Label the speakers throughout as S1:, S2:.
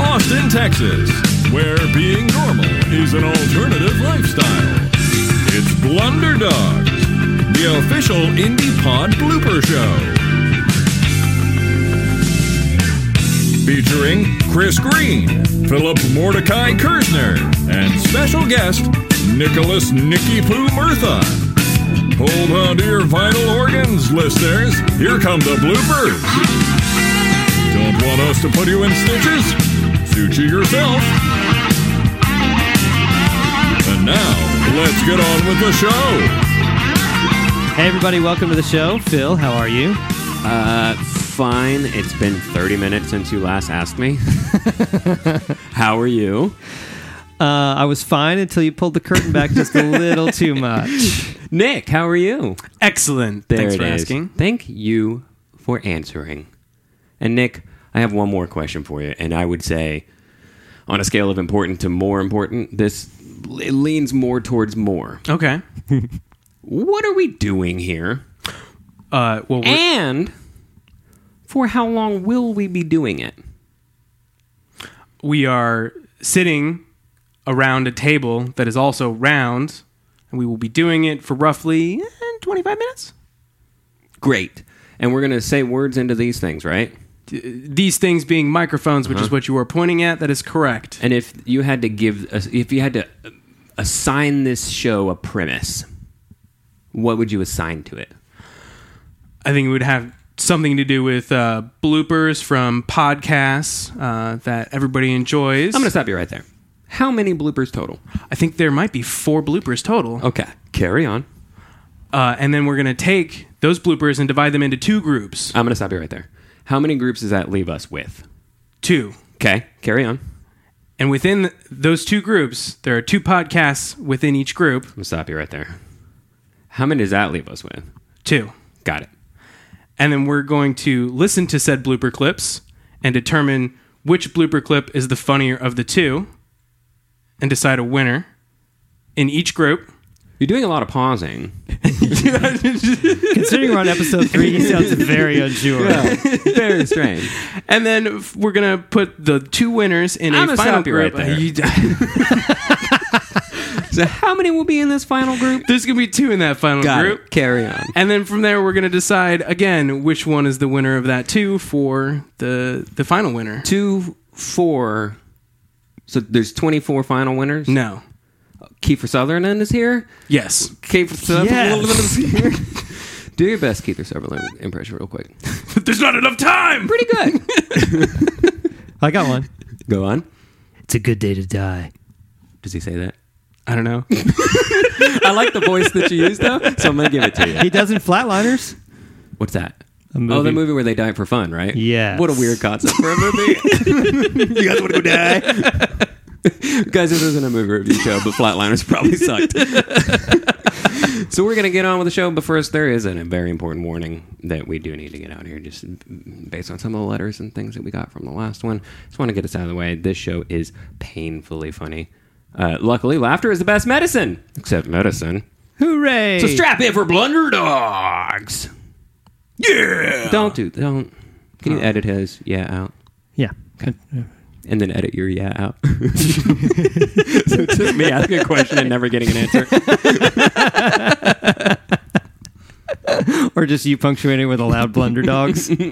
S1: Austin, Texas, where being normal is an alternative lifestyle. It's Blunder Dogs, the official Indie Pod blooper show. Featuring Chris Green, Philip Mordecai Kirzner, and special guest Nicholas Nicky Poo Murtha. Hold on to your vital organs, listeners. Here come the bloopers. Don't want us to put you in stitches? Suture yourself. And now, let's get on with the show.
S2: Hey, everybody, welcome to the show. Phil, how are you?
S3: Uh, fine. It's been 30 minutes since you last asked me. How are you?
S2: Uh, I was fine until you pulled the curtain back just a little too much.
S3: Nick, how are you?
S4: Excellent.
S3: There
S4: Thanks
S3: it
S4: for
S3: is.
S4: asking.
S3: Thank you for answering. And Nick, I have one more question for you, and I would say on a scale of important to more important, this it leans more towards more.
S4: Okay.
S3: What are we doing here?
S4: Uh, well, we're,
S3: And for how long will we be doing it?
S4: we are sitting around a table that is also round, and we will be doing it for roughly eh, 25 minutes.
S3: Great. And we're going to say words into these things, right?
S4: These things being microphones, which
S3: Uh-huh.
S4: is what you were pointing at, that is correct.
S3: And if you had to give, if you had to assign this show a premise, what would you assign to it?
S4: I think it would have something to do with uh, bloopers from podcasts uh, that everybody enjoys.
S3: I'm going to stop you right there. How many bloopers total?
S4: I think there might be four bloopers total.
S3: Okay, carry on. Oh.
S4: Uh, and then we're going to take those bloopers and divide them into two groups.
S3: I'm going to stop you right there. How many groups does that leave us with?
S4: Two.
S3: Okay, carry on. I'm
S4: And within th- those two groups, there are two podcasts within each group.
S3: going to stop you right there. How many does that leave us with?
S4: Two.
S3: Got it.
S4: And then we're going to listen to said blooper clips and determine which blooper clip is the funnier of the two and decide a winner in each group.
S3: You're doing a lot of pausing.
S2: Considering we're on episode three, he sounds very unsure.
S3: Very strange.
S4: And then f- we're going to put the two winners in
S3: I'm
S4: a
S3: gonna
S4: final
S3: stop you right
S4: group.
S3: there.
S4: You-
S3: So, how many will be in this final group?
S4: There's going to be two in that final
S3: Got
S4: group.
S3: it. Carry on.
S4: And then from there, we're going to decide again which one is the winner of that two for the the final winner.
S3: Two, four. So there's 24 final winners.
S4: No.
S3: Kiefer Sutherland is here.
S4: Yes.
S3: Kiefer Sutherland
S2: Yes.
S3: is here. Do your best Kiefer Sutherland impression real quick.
S4: There's not enough time.
S3: Pretty good.
S2: I got one.
S3: Go on.
S2: It's a good day to die.
S3: Does he say that?
S4: I don't know.
S3: I like the voice that you use though, so I'm gonna give it to you.
S2: He does in Flatliners.
S3: What's that?
S2: A
S3: Oh, the
S2: movie.
S3: movie where they die for fun, right?
S2: Yes.
S3: What a weird concept for a movie. you guys want to go die? guys, this isn't a movie review show, but Flatliners probably sucked. so we're gonna get on with the show, but first, there is a very important warning that we do need to get out here, just based on some of the letters and things that we got from the last one. Just want to get this out of the way. This show is painfully funny. Uh, luckily, laughter is the best medicine, except medicine.
S2: Hooray!
S3: So strap in for Blunder Dogs. Yeah. Don't do. Don't. Can you edit his yeah out
S2: yeah.
S3: and then edit your yeah out? so it's just me asking a question and never getting an answer.
S2: Or just you punctuating with a loud blunder dogs. All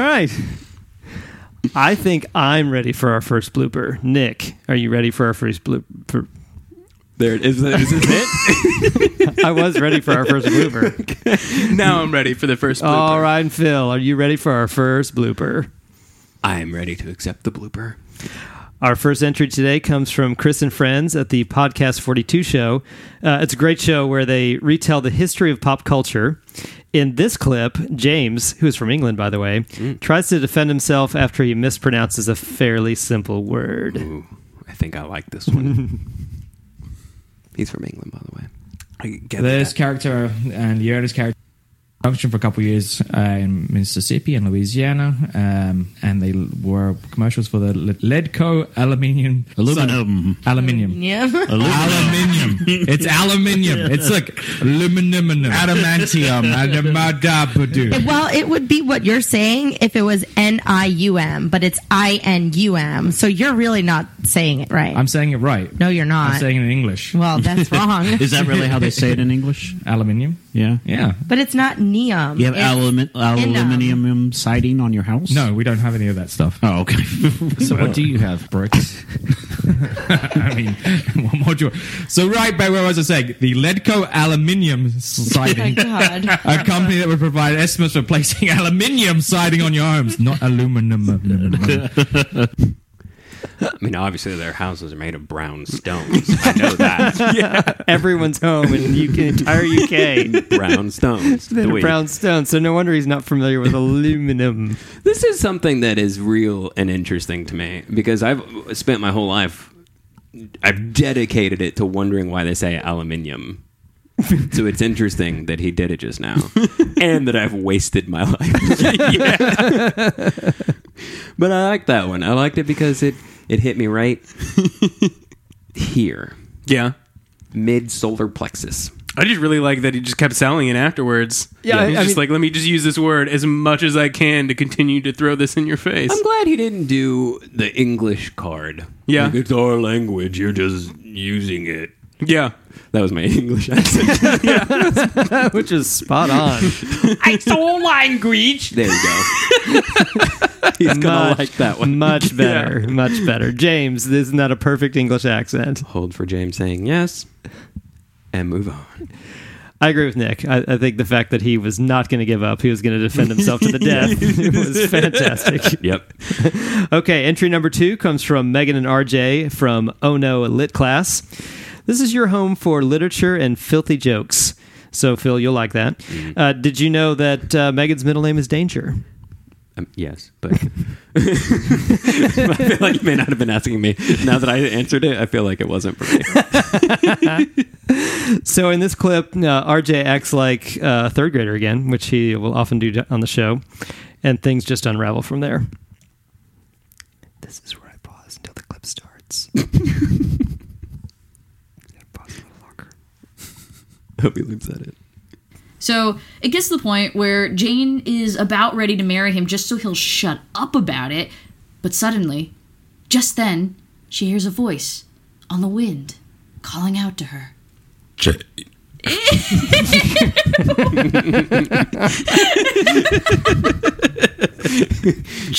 S2: right. I think I'm ready for our first blooper. Nick, are you ready for our first blooper?
S3: There it is. Is this it?
S2: I was ready for our first blooper.
S4: now I'm ready for the first blooper.
S2: All right, and Phil, are you ready for our first blooper?
S3: I am ready to accept the blooper.
S2: Our first entry today comes from Chris and Friends at the Podcast 42 show. Uh, it's a great show where they retell the history of pop culture. In this clip, James, who is from England, by the way, tries to defend himself after he mispronounces a fairly simple word.
S3: Ooh, I think I like this one. He's from England, by the way.
S4: I get
S5: This character and Yura's character Function for a couple of years uh, in Mississippi and Louisiana, um, and they l- were commercials for the Le- Ledco aluminium
S6: Aluminum.
S5: aluminium.
S7: Yeah.
S5: Aluminium. it's aluminium. It's like aluminum.
S6: Adamantium. Adamadabadu.
S7: Well, it would be what you're saying if it was N I U M, but it's I N U M. So you're really not saying it right.
S5: I'm saying it right.
S7: no, you're not.
S5: I'm saying it in English.
S7: well, that's wrong.
S6: Is that really how they say it in English?
S5: Aluminium.
S6: Yeah.
S5: Yeah.
S7: but it's not neum.
S6: You have
S7: It's
S6: alumi-
S7: inum.
S6: aluminium siding on your house?
S5: No, we don't have any of that stuff.
S6: Oh, okay.
S5: So what do you have, Brooks? I mean, what more do you? So right back where was I saying? The Ledco aluminium
S7: Oh,
S5: siding,
S7: God.
S5: a company that would provide estimates for placing aluminium siding on your homes, not aluminum.
S3: I mean, obviously their houses are made of brown stones. I know that
S2: Everyone's home in the UK, entire UK.
S3: brown stones.
S2: Been a
S3: Dweeb.
S2: brown stone, so no wonder he's not familiar with aluminum.
S3: This is something that is real and interesting to me because I've spent my whole life, I've dedicated it to wondering why they say aluminium. so it's interesting that he did it just now and that I've wasted my life. but I like that one. I liked it because it, it hit me right here,
S4: Yeah.
S3: mid solar plexus.
S4: I just really like that he just kept selling it afterwards.
S2: Yeah, I-
S4: he's
S2: I
S4: just
S2: mean-
S4: like, let me just use this word as much as I can to continue to throw this in your face.
S3: I'm glad he didn't do the English card.
S4: Yeah.
S3: Like, it's our language. You're just using it.
S4: yeah,
S3: That was my English accent.
S2: Which is spot on.
S3: There you go. He's gonna like that one.
S2: Much better. Much better. James, this is not a perfect English accent.
S3: Hold for James saying yes, and move on.
S2: I agree with Nick. I, I think the fact that he was not going to give up, he was going to defend himself to the death, was fantastic.
S3: Yep.
S2: Okay, entry number two comes from Megan and RJ from Oh No Lit Class. This is your home for literature and filthy jokes. So, Phil, you'll like that. Uh, did you know that uh, Megan's middle name is Danger?
S3: Um, yes, but I feel like you may not have been asking me. Now that I answered it, I feel like it wasn't for me.
S2: So in this clip, uh, RJ acts like a third grader again, which he will often do on the show, and things just unravel from there. This is where I pause until the clip starts.
S3: Hope he looks at it.
S8: So it gets to the point where Jane is about ready to marry him just so he'll shut up about it, but suddenly, just then, she hears a voice on the wind calling out to her.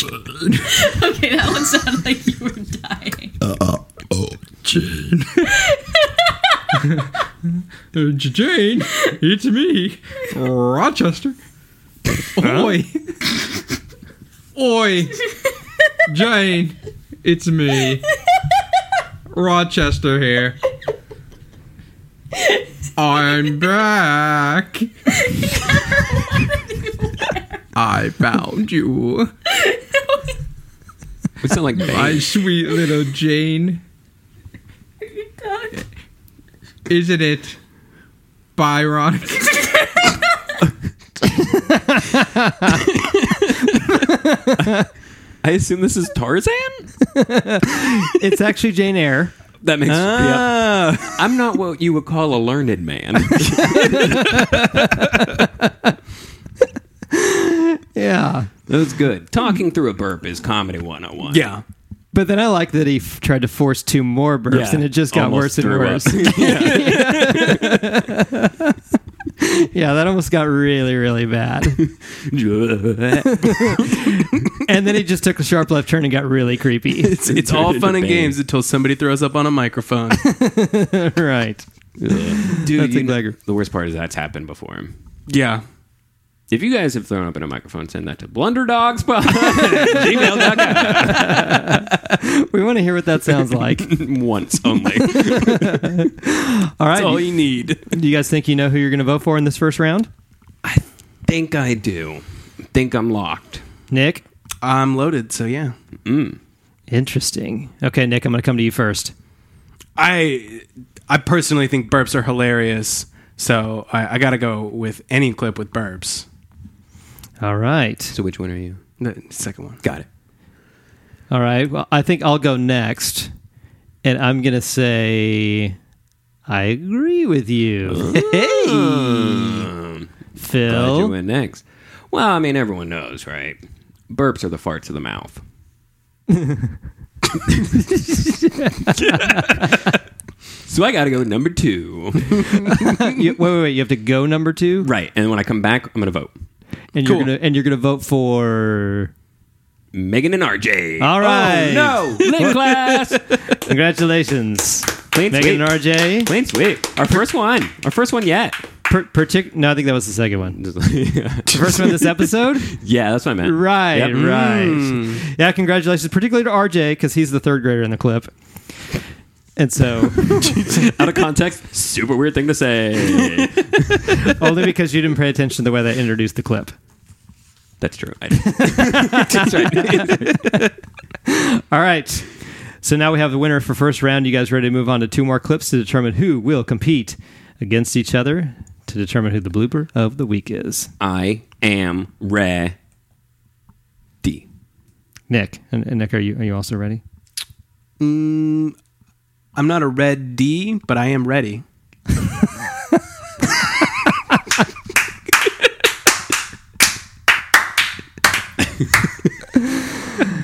S8: okay, that one sounded like you were dying.
S5: Uh, Jane, it's me, Rochester. Oi, oi, Jane, it's me, Rochester here. I'm back. I found you.
S3: We sound like
S5: My
S3: Bane.
S5: sweet little Jane. Isn't it Byron?
S3: I assume this is Tarzan.
S2: it's actually Jane Eyre.
S3: That makes. yeah.
S2: Ah.
S3: I'm not what you would call a learned man.
S2: Yeah.
S3: that was good. Talking through a burp is comedy 101.
S4: yeah.
S2: But then I like that he f- tried to force two more burps,
S3: Yeah.
S2: and it just got worse
S3: Almost
S2: and
S3: threw
S2: worse.
S3: up.
S2: yeah, that almost got really, really bad. and then he just took a sharp left turn and got really creepy.
S4: It's, it's all fun and games until somebody throws up on a microphone.
S2: right.
S3: Dude,
S2: That's
S3: you
S2: a
S3: know-
S2: beggar.
S3: the worst part is that's happened before him.
S4: yeah.
S3: If you guys have thrown up in a microphone, send that to blunderdogspod
S2: We want to hear what that sounds like.
S3: once only.
S2: All right.
S4: all you need.
S2: Do you guys think you know who you're going to vote for in this first round?
S3: Think I do. Think I'm locked.
S2: Nick?
S4: I'm loaded, so yeah.
S2: Interesting. Okay, Nick, I'm going to come to you first.
S4: I I personally think burps are hilarious, so I, I gotta go with any clip with burps.
S2: All right.
S3: So which one are you?
S4: The second one.
S3: Got it.
S2: All right. Well, I think I'll go next. And I'm going to say, I agree with you. Hey.
S3: Glad you
S2: Phil.
S3: went next. Well, I mean, everyone knows, right? Burps are the farts of the mouth. so I got to go with number two.
S2: You- wait, wait, wait. You have to go number two?
S3: right. And when I come back, I'm going to vote.
S2: And
S4: Cool.
S2: you're going to and you're going to vote for.
S3: Megan and RJ.
S2: All right.
S3: Oh, no. Lit class.
S2: Congratulations.
S3: Clean
S2: Megan
S3: sweep.
S2: and RJ.
S3: Clean sweep. Our first one. Our first one yet.
S2: Per, partic- no, I think that was the second one. The first one of this episode?
S3: yeah, that's what I meant.
S2: Right,
S3: Yep.
S2: right. Yeah, congratulations, particularly to RJ because he's the third grader in the clip. And so,
S3: Out of context, super weird thing to say.
S2: only because you didn't pay attention to the way they introduced the clip.
S3: That's true. I that's right.
S2: All right. So now we have the winner for first round. You guys ready to move on to two more clips to determine who will compete against each other to determine who the blooper of the week is?
S3: I am ready.
S2: Nick and, and Nick, are you are you also ready?
S4: I'm not a red D, but I am ready.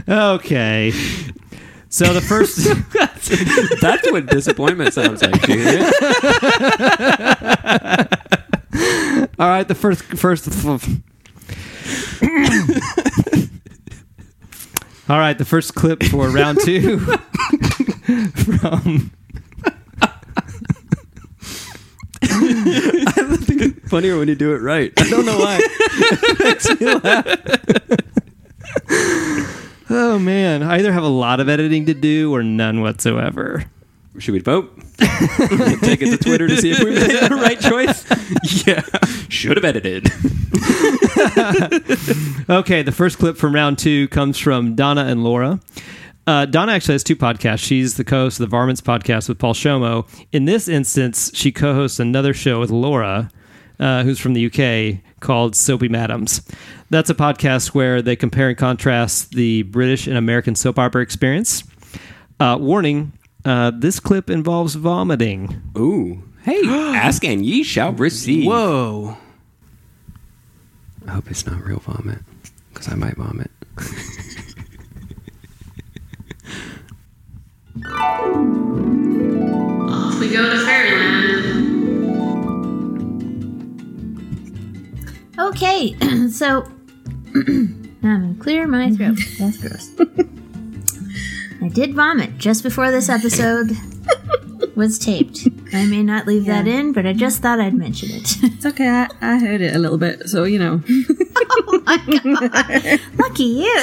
S2: Okay. So the first.
S3: That's what disappointment sounds like. Do you hear it?
S2: All right, the first first. All right, the first clip for round two from
S3: Funnier when you do it right. I don't know why.
S2: oh man, I either have a lot of editing to do or none whatsoever.
S3: Should we vote? Take it to Twitter to see if we made the right choice. Yeah, should have edited.
S2: Okay, the first clip from round two comes from Donna and Laura. Uh, Donna actually has two podcasts. She's the co-host of the Varmints podcast with Paul Shomo. In this instance, she co-hosts another show with Laura, uh, who's from the UK, called Soapy Madams. That's a podcast where they compare and contrast the British and American soap opera experience. Uh, warning: uh, This clip involves vomiting.
S3: Ooh, hey, ask and ye shall receive.
S4: Whoa.
S3: I hope it's not real vomit, because I might vomit.
S9: We go to fairyland.
S10: Okay, so I'm gonna clear my
S9: Mhm.
S10: throat. That's gross. I did vomit just before this episode was taped. I may not leave that in, but I just thought I'd mention it.
S9: It's okay. I, I heard it a little bit, so you know.
S10: Oh Lucky you!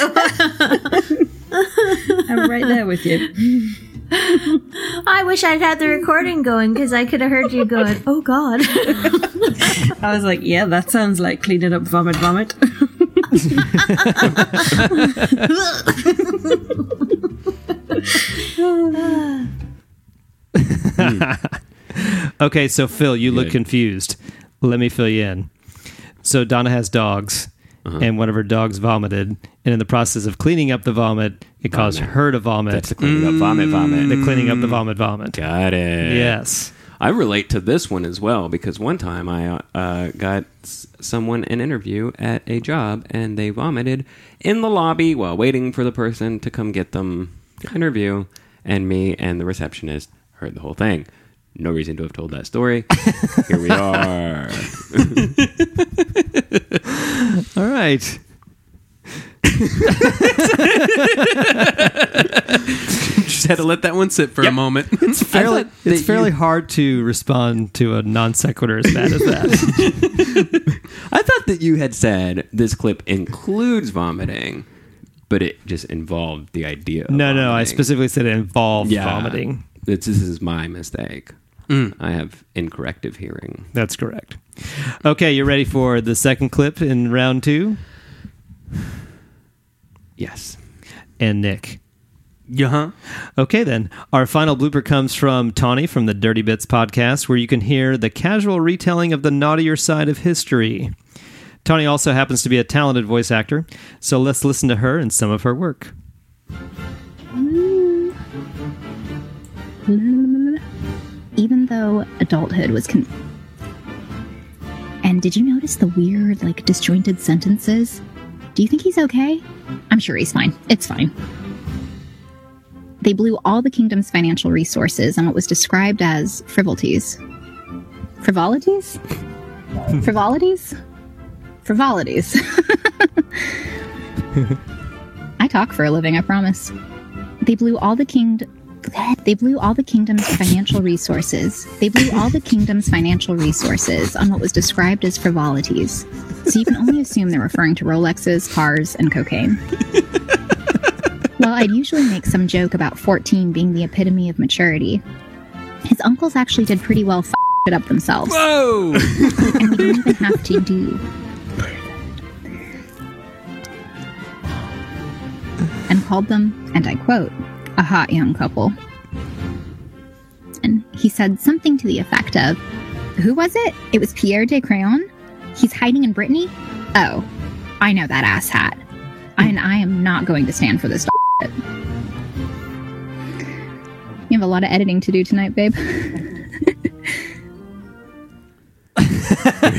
S9: I'm right there with you.
S10: I wish I'd had the recording going because I could have heard you going, oh god.
S9: I was like, yeah, that sounds like cleaning up vomit, vomit.
S2: Okay, so Phil, you look confused. Let me fill you in. So Donna has dogs,
S3: Uh-huh.
S2: and one of her dogs vomited, and in the process of cleaning up the vomit, it caused her to vomit.
S3: That's Mm. the cleaning up vomit, vomit.
S2: the cleaning up the vomit, vomit.
S3: Got it.
S2: Yes.
S3: I relate to this one as well because one time I uh, got s- someone an interview at a job and they vomited in the lobby while waiting for the person to come get them the interview, and me and the receptionist heard the whole thing. No reason to have told that story. Here we are.
S2: All right.
S4: Just had to let that one sit for a moment. It's
S2: Fairly, it's fairly hard to respond to a non sequitur as bad as that.
S3: I thought that you had said this clip includes vomiting, but it just involved the idea. Of
S2: no, no, I
S3: vomiting.
S2: specifically said it involved vomiting.
S3: It's, this is my mistake. I have incorrective hearing.
S2: That's correct. Okay, you ready for the second clip in round two?
S3: Yes.
S2: And Nick.
S4: yeah, huh?
S2: Okay, then. Our final blooper comes from Tawny from the Dirty Bits podcast, where you can hear the casual retelling of the naughtier side of history. Tony also happens to be a talented voice actor, so let's listen to her and some of her work.
S11: Even though adulthood was con- And did you notice the weird, like, disjointed sentences? Do you think he's okay? I'm sure he's fine. It's fine. They blew all the kingdom's financial resources on what was described as frivolities. Frivolities? frivolities? Frivolities. I talk for a living, I promise. They blew all the king they blew all the kingdom's financial resources. They blew all the kingdom's financial resources on what was described as frivolities. So you can only assume they're referring to Rolexes, cars, and cocaine. While I'd usually make some joke about 14 being the epitome of maturity, his uncles actually did pretty well f- it up themselves.
S3: Whoa!
S11: and we don't even have to do and called them, and I quote, a hot young couple. And he said something to the effect of, Who was it? It was Pierre de Crayon? He's hiding in Brittany? Oh, I know that asshat. And I am not going to stand for this. shit." You have a lot of editing to do tonight, babe.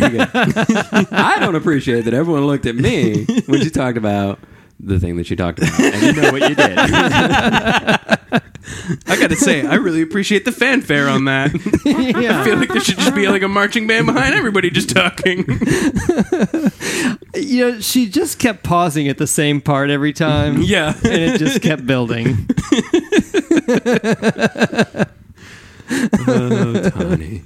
S3: I don't appreciate that everyone looked at me when she talked about the thing that she talked about. And you know what you did.
S4: I gotta say, I really appreciate the fanfare on that. I feel like there should just be like a marching band behind everybody just talking.
S2: You know, she just kept pausing at the same part every time.
S4: Yeah.
S2: and it just kept building.
S3: Oh, Tony.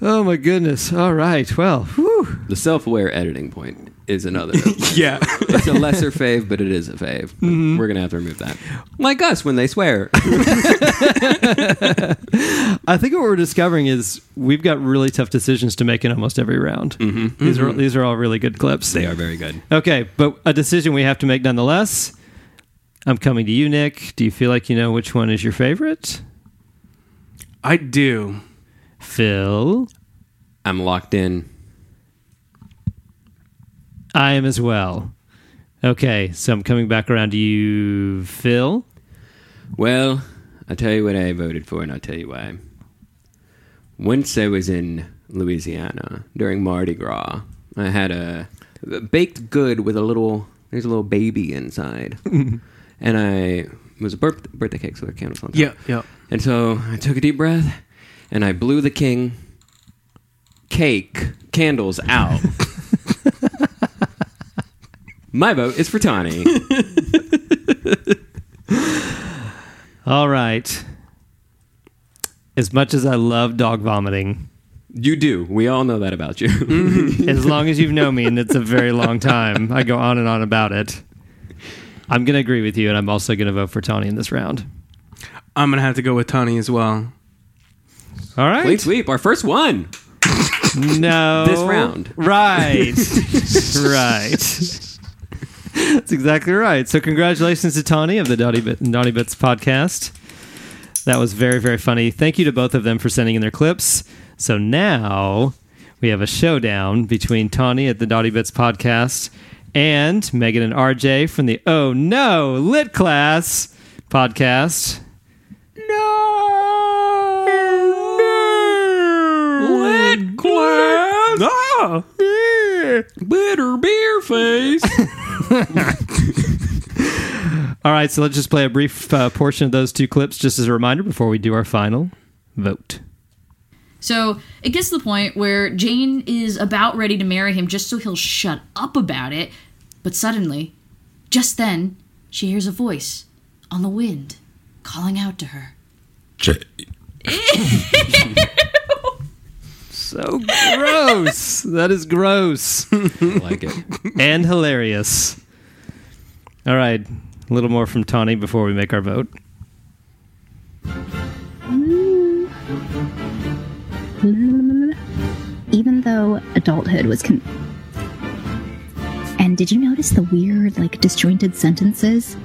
S2: Oh my goodness! All right, well, whew.
S3: The self aware editing point is another.
S4: yeah.
S3: It's a lesser fave, but it is a fave. We're going to have to remove that. Mm-hmm. Like us when they swear.
S2: I think what we're discovering is we've got really tough decisions to make in almost every round. Mm-hmm. These are these are all really good clips.
S3: they are very good.
S2: Okay, but a decision we have to make nonetheless. I'm coming to you, Nick. Do you feel like you know which one is your favorite?
S4: I do.
S2: Phil,
S3: I'm locked in.
S2: I am as well. Okay, so I'm coming back around to you, Phil.
S3: Well, I'll tell you what I voted for, and I'll tell you why. Once I was in Louisiana during Mardi Gras, I had a a baked good with a little. There's a little baby inside, and I it was a birth, birthday cake, so the candles on top.
S4: Yeah, yeah.
S3: And so I took a deep breath, and I blew the king cake candles out. My vote is for Tawny.
S2: All right. As much as I love dog vomiting,
S3: you do. We all know that about you.
S2: as long as you've known me, and it's a very long time, I go on and on about it. I'm going to agree with you, and I'm also going to vote for Tony in this round.
S4: I'm gonna have to go with Tony as well.
S2: All right.
S3: Clean sweep, our first one.
S2: No.
S3: This round.
S2: Right. right. That's exactly right. So, congratulations to Tawny of the Naughty, Bit, Naughty Bits podcast. That was very, very funny. Thank you to both of them for sending in their clips. So, now we have a showdown between Tawny at the Naughty Bits podcast and Megan and RJ from the Oh No Lit Class podcast.
S3: Lit class. Ah. Bitter beer face.
S2: All right, so let's just play a brief uh, portion of those two clips just as a reminder before we do our final vote.
S8: So it gets to the point where Jane is about ready to marry him just so he'll shut up about it. But suddenly, just then, she hears a voice on the wind calling out to her.
S2: So gross. that is gross
S3: like it.
S2: and hilarious. All right, a little more from Tawny before we make our vote.
S11: even though adulthood was con- and did you notice the weird like disjointed sentences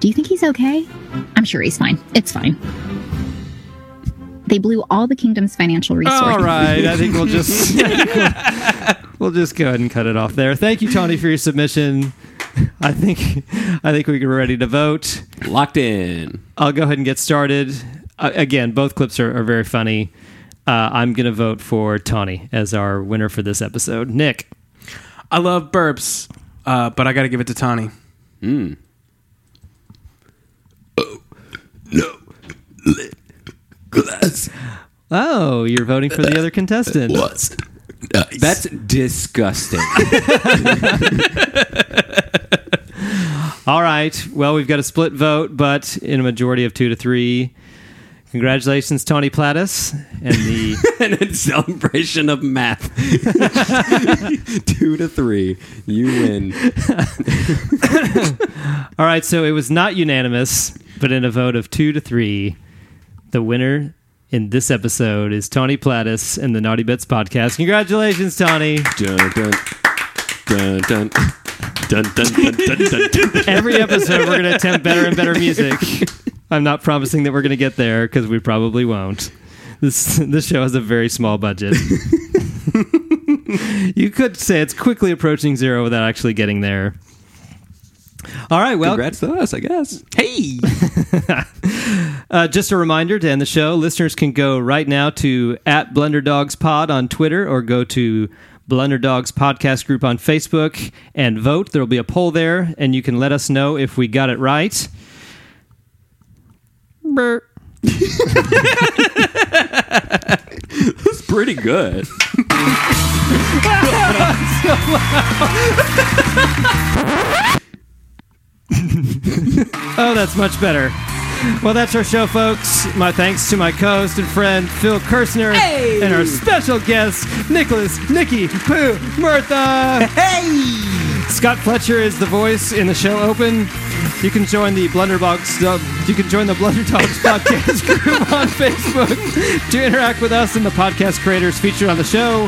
S11: do you think he's okay i'm sure he's fine it's fine they blew all the kingdom's financial resources
S2: All right, I think we'll just we'll, We'll just go ahead and cut it off there. Thank you, Tony, for your submission. I think I think we're ready to vote.
S3: Locked in.
S2: I'll go ahead and get started. Uh, again, both clips are, are very funny. Uh, I'm going to vote for Tawny as our winner for this episode. Nick.
S4: I love burps, uh, but I got to give it to Tawny.
S3: Mm.
S2: Oh, you're voting for the other contestant.
S3: That's disgusting.
S2: All right. Well, we've got a split vote, but in a majority of two to three. Congratulations, Tony Plattis, and the
S3: and celebration of math. Two to three. You win.
S2: All right, so it was not unanimous, but in a vote of two to three, the winner in this episode is Tony Plattis and the Naughty Bits podcast. Congratulations, Tony!
S3: Dun, dun, dun, dun. Dun, dun, dun, dun, dun, dun.
S2: Every episode, we're going to attempt better and better music. I'm not promising that we're going to get there because we probably won't. This this show has a very small budget. you could say it's quickly approaching zero without actually getting there. All right, well,
S3: Congrats to us, I guess. Hey!
S2: Uh, just a reminder to end the show listeners can go right now to at blender dogs pod on twitter or go to blender dogs podcast group on facebook and vote there'll be a poll there and you can let us know if we got it right Brr.
S3: It's pretty good.
S2: oh that's much better well that's our show folks my thanks to my co-host and friend phil kirstner and our special guest nicholas nikki poo murtha Scott Fletcher is the voice in the show open. You can join the Blunderbox. Uh, you can join the Blunderdogs podcast group on Facebook to interact with us and the podcast creators featured on the show,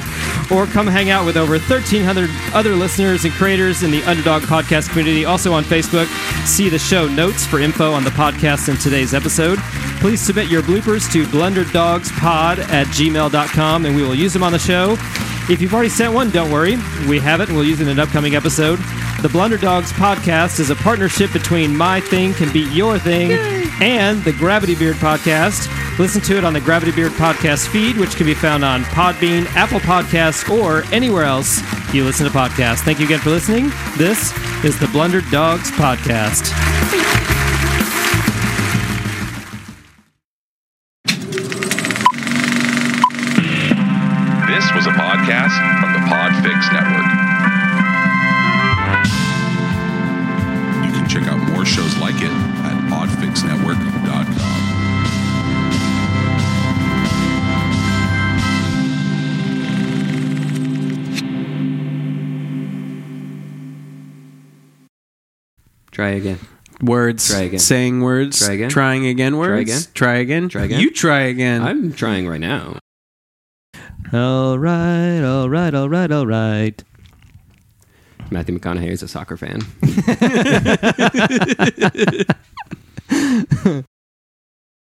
S2: or come hang out with over 1,300 other listeners and creators in the Underdog podcast community. Also on Facebook, see the show notes for info on the podcast and today's episode. Please submit your bloopers to blunderdogspod at gmail.com, and we will use them on the show. If you've already sent one, don't worry. We have it and we'll use it in an upcoming episode. The Blunder Dogs podcast is a partnership between My Thing Can Beat Your Thing and the Gravity Beard podcast. Listen to it on the Gravity Beard podcast feed, which can be found on Podbean, Apple Podcasts, or anywhere else you listen to podcasts. Thank you again for listening. This is the Blunder Dogs podcast.
S1: This was a podcast from the Podfix Network. You can check out more shows like it at podfixnetwork.com.
S3: Try again.
S4: Words.
S3: Try again.
S4: Saying words.
S3: Try again.
S4: Trying again words.
S3: again.
S4: Try again.
S3: Try again.
S4: You try again.
S3: I'm trying right now.
S2: All right, all right, all right, all right.
S3: Matthew McConaughey is a soccer fan.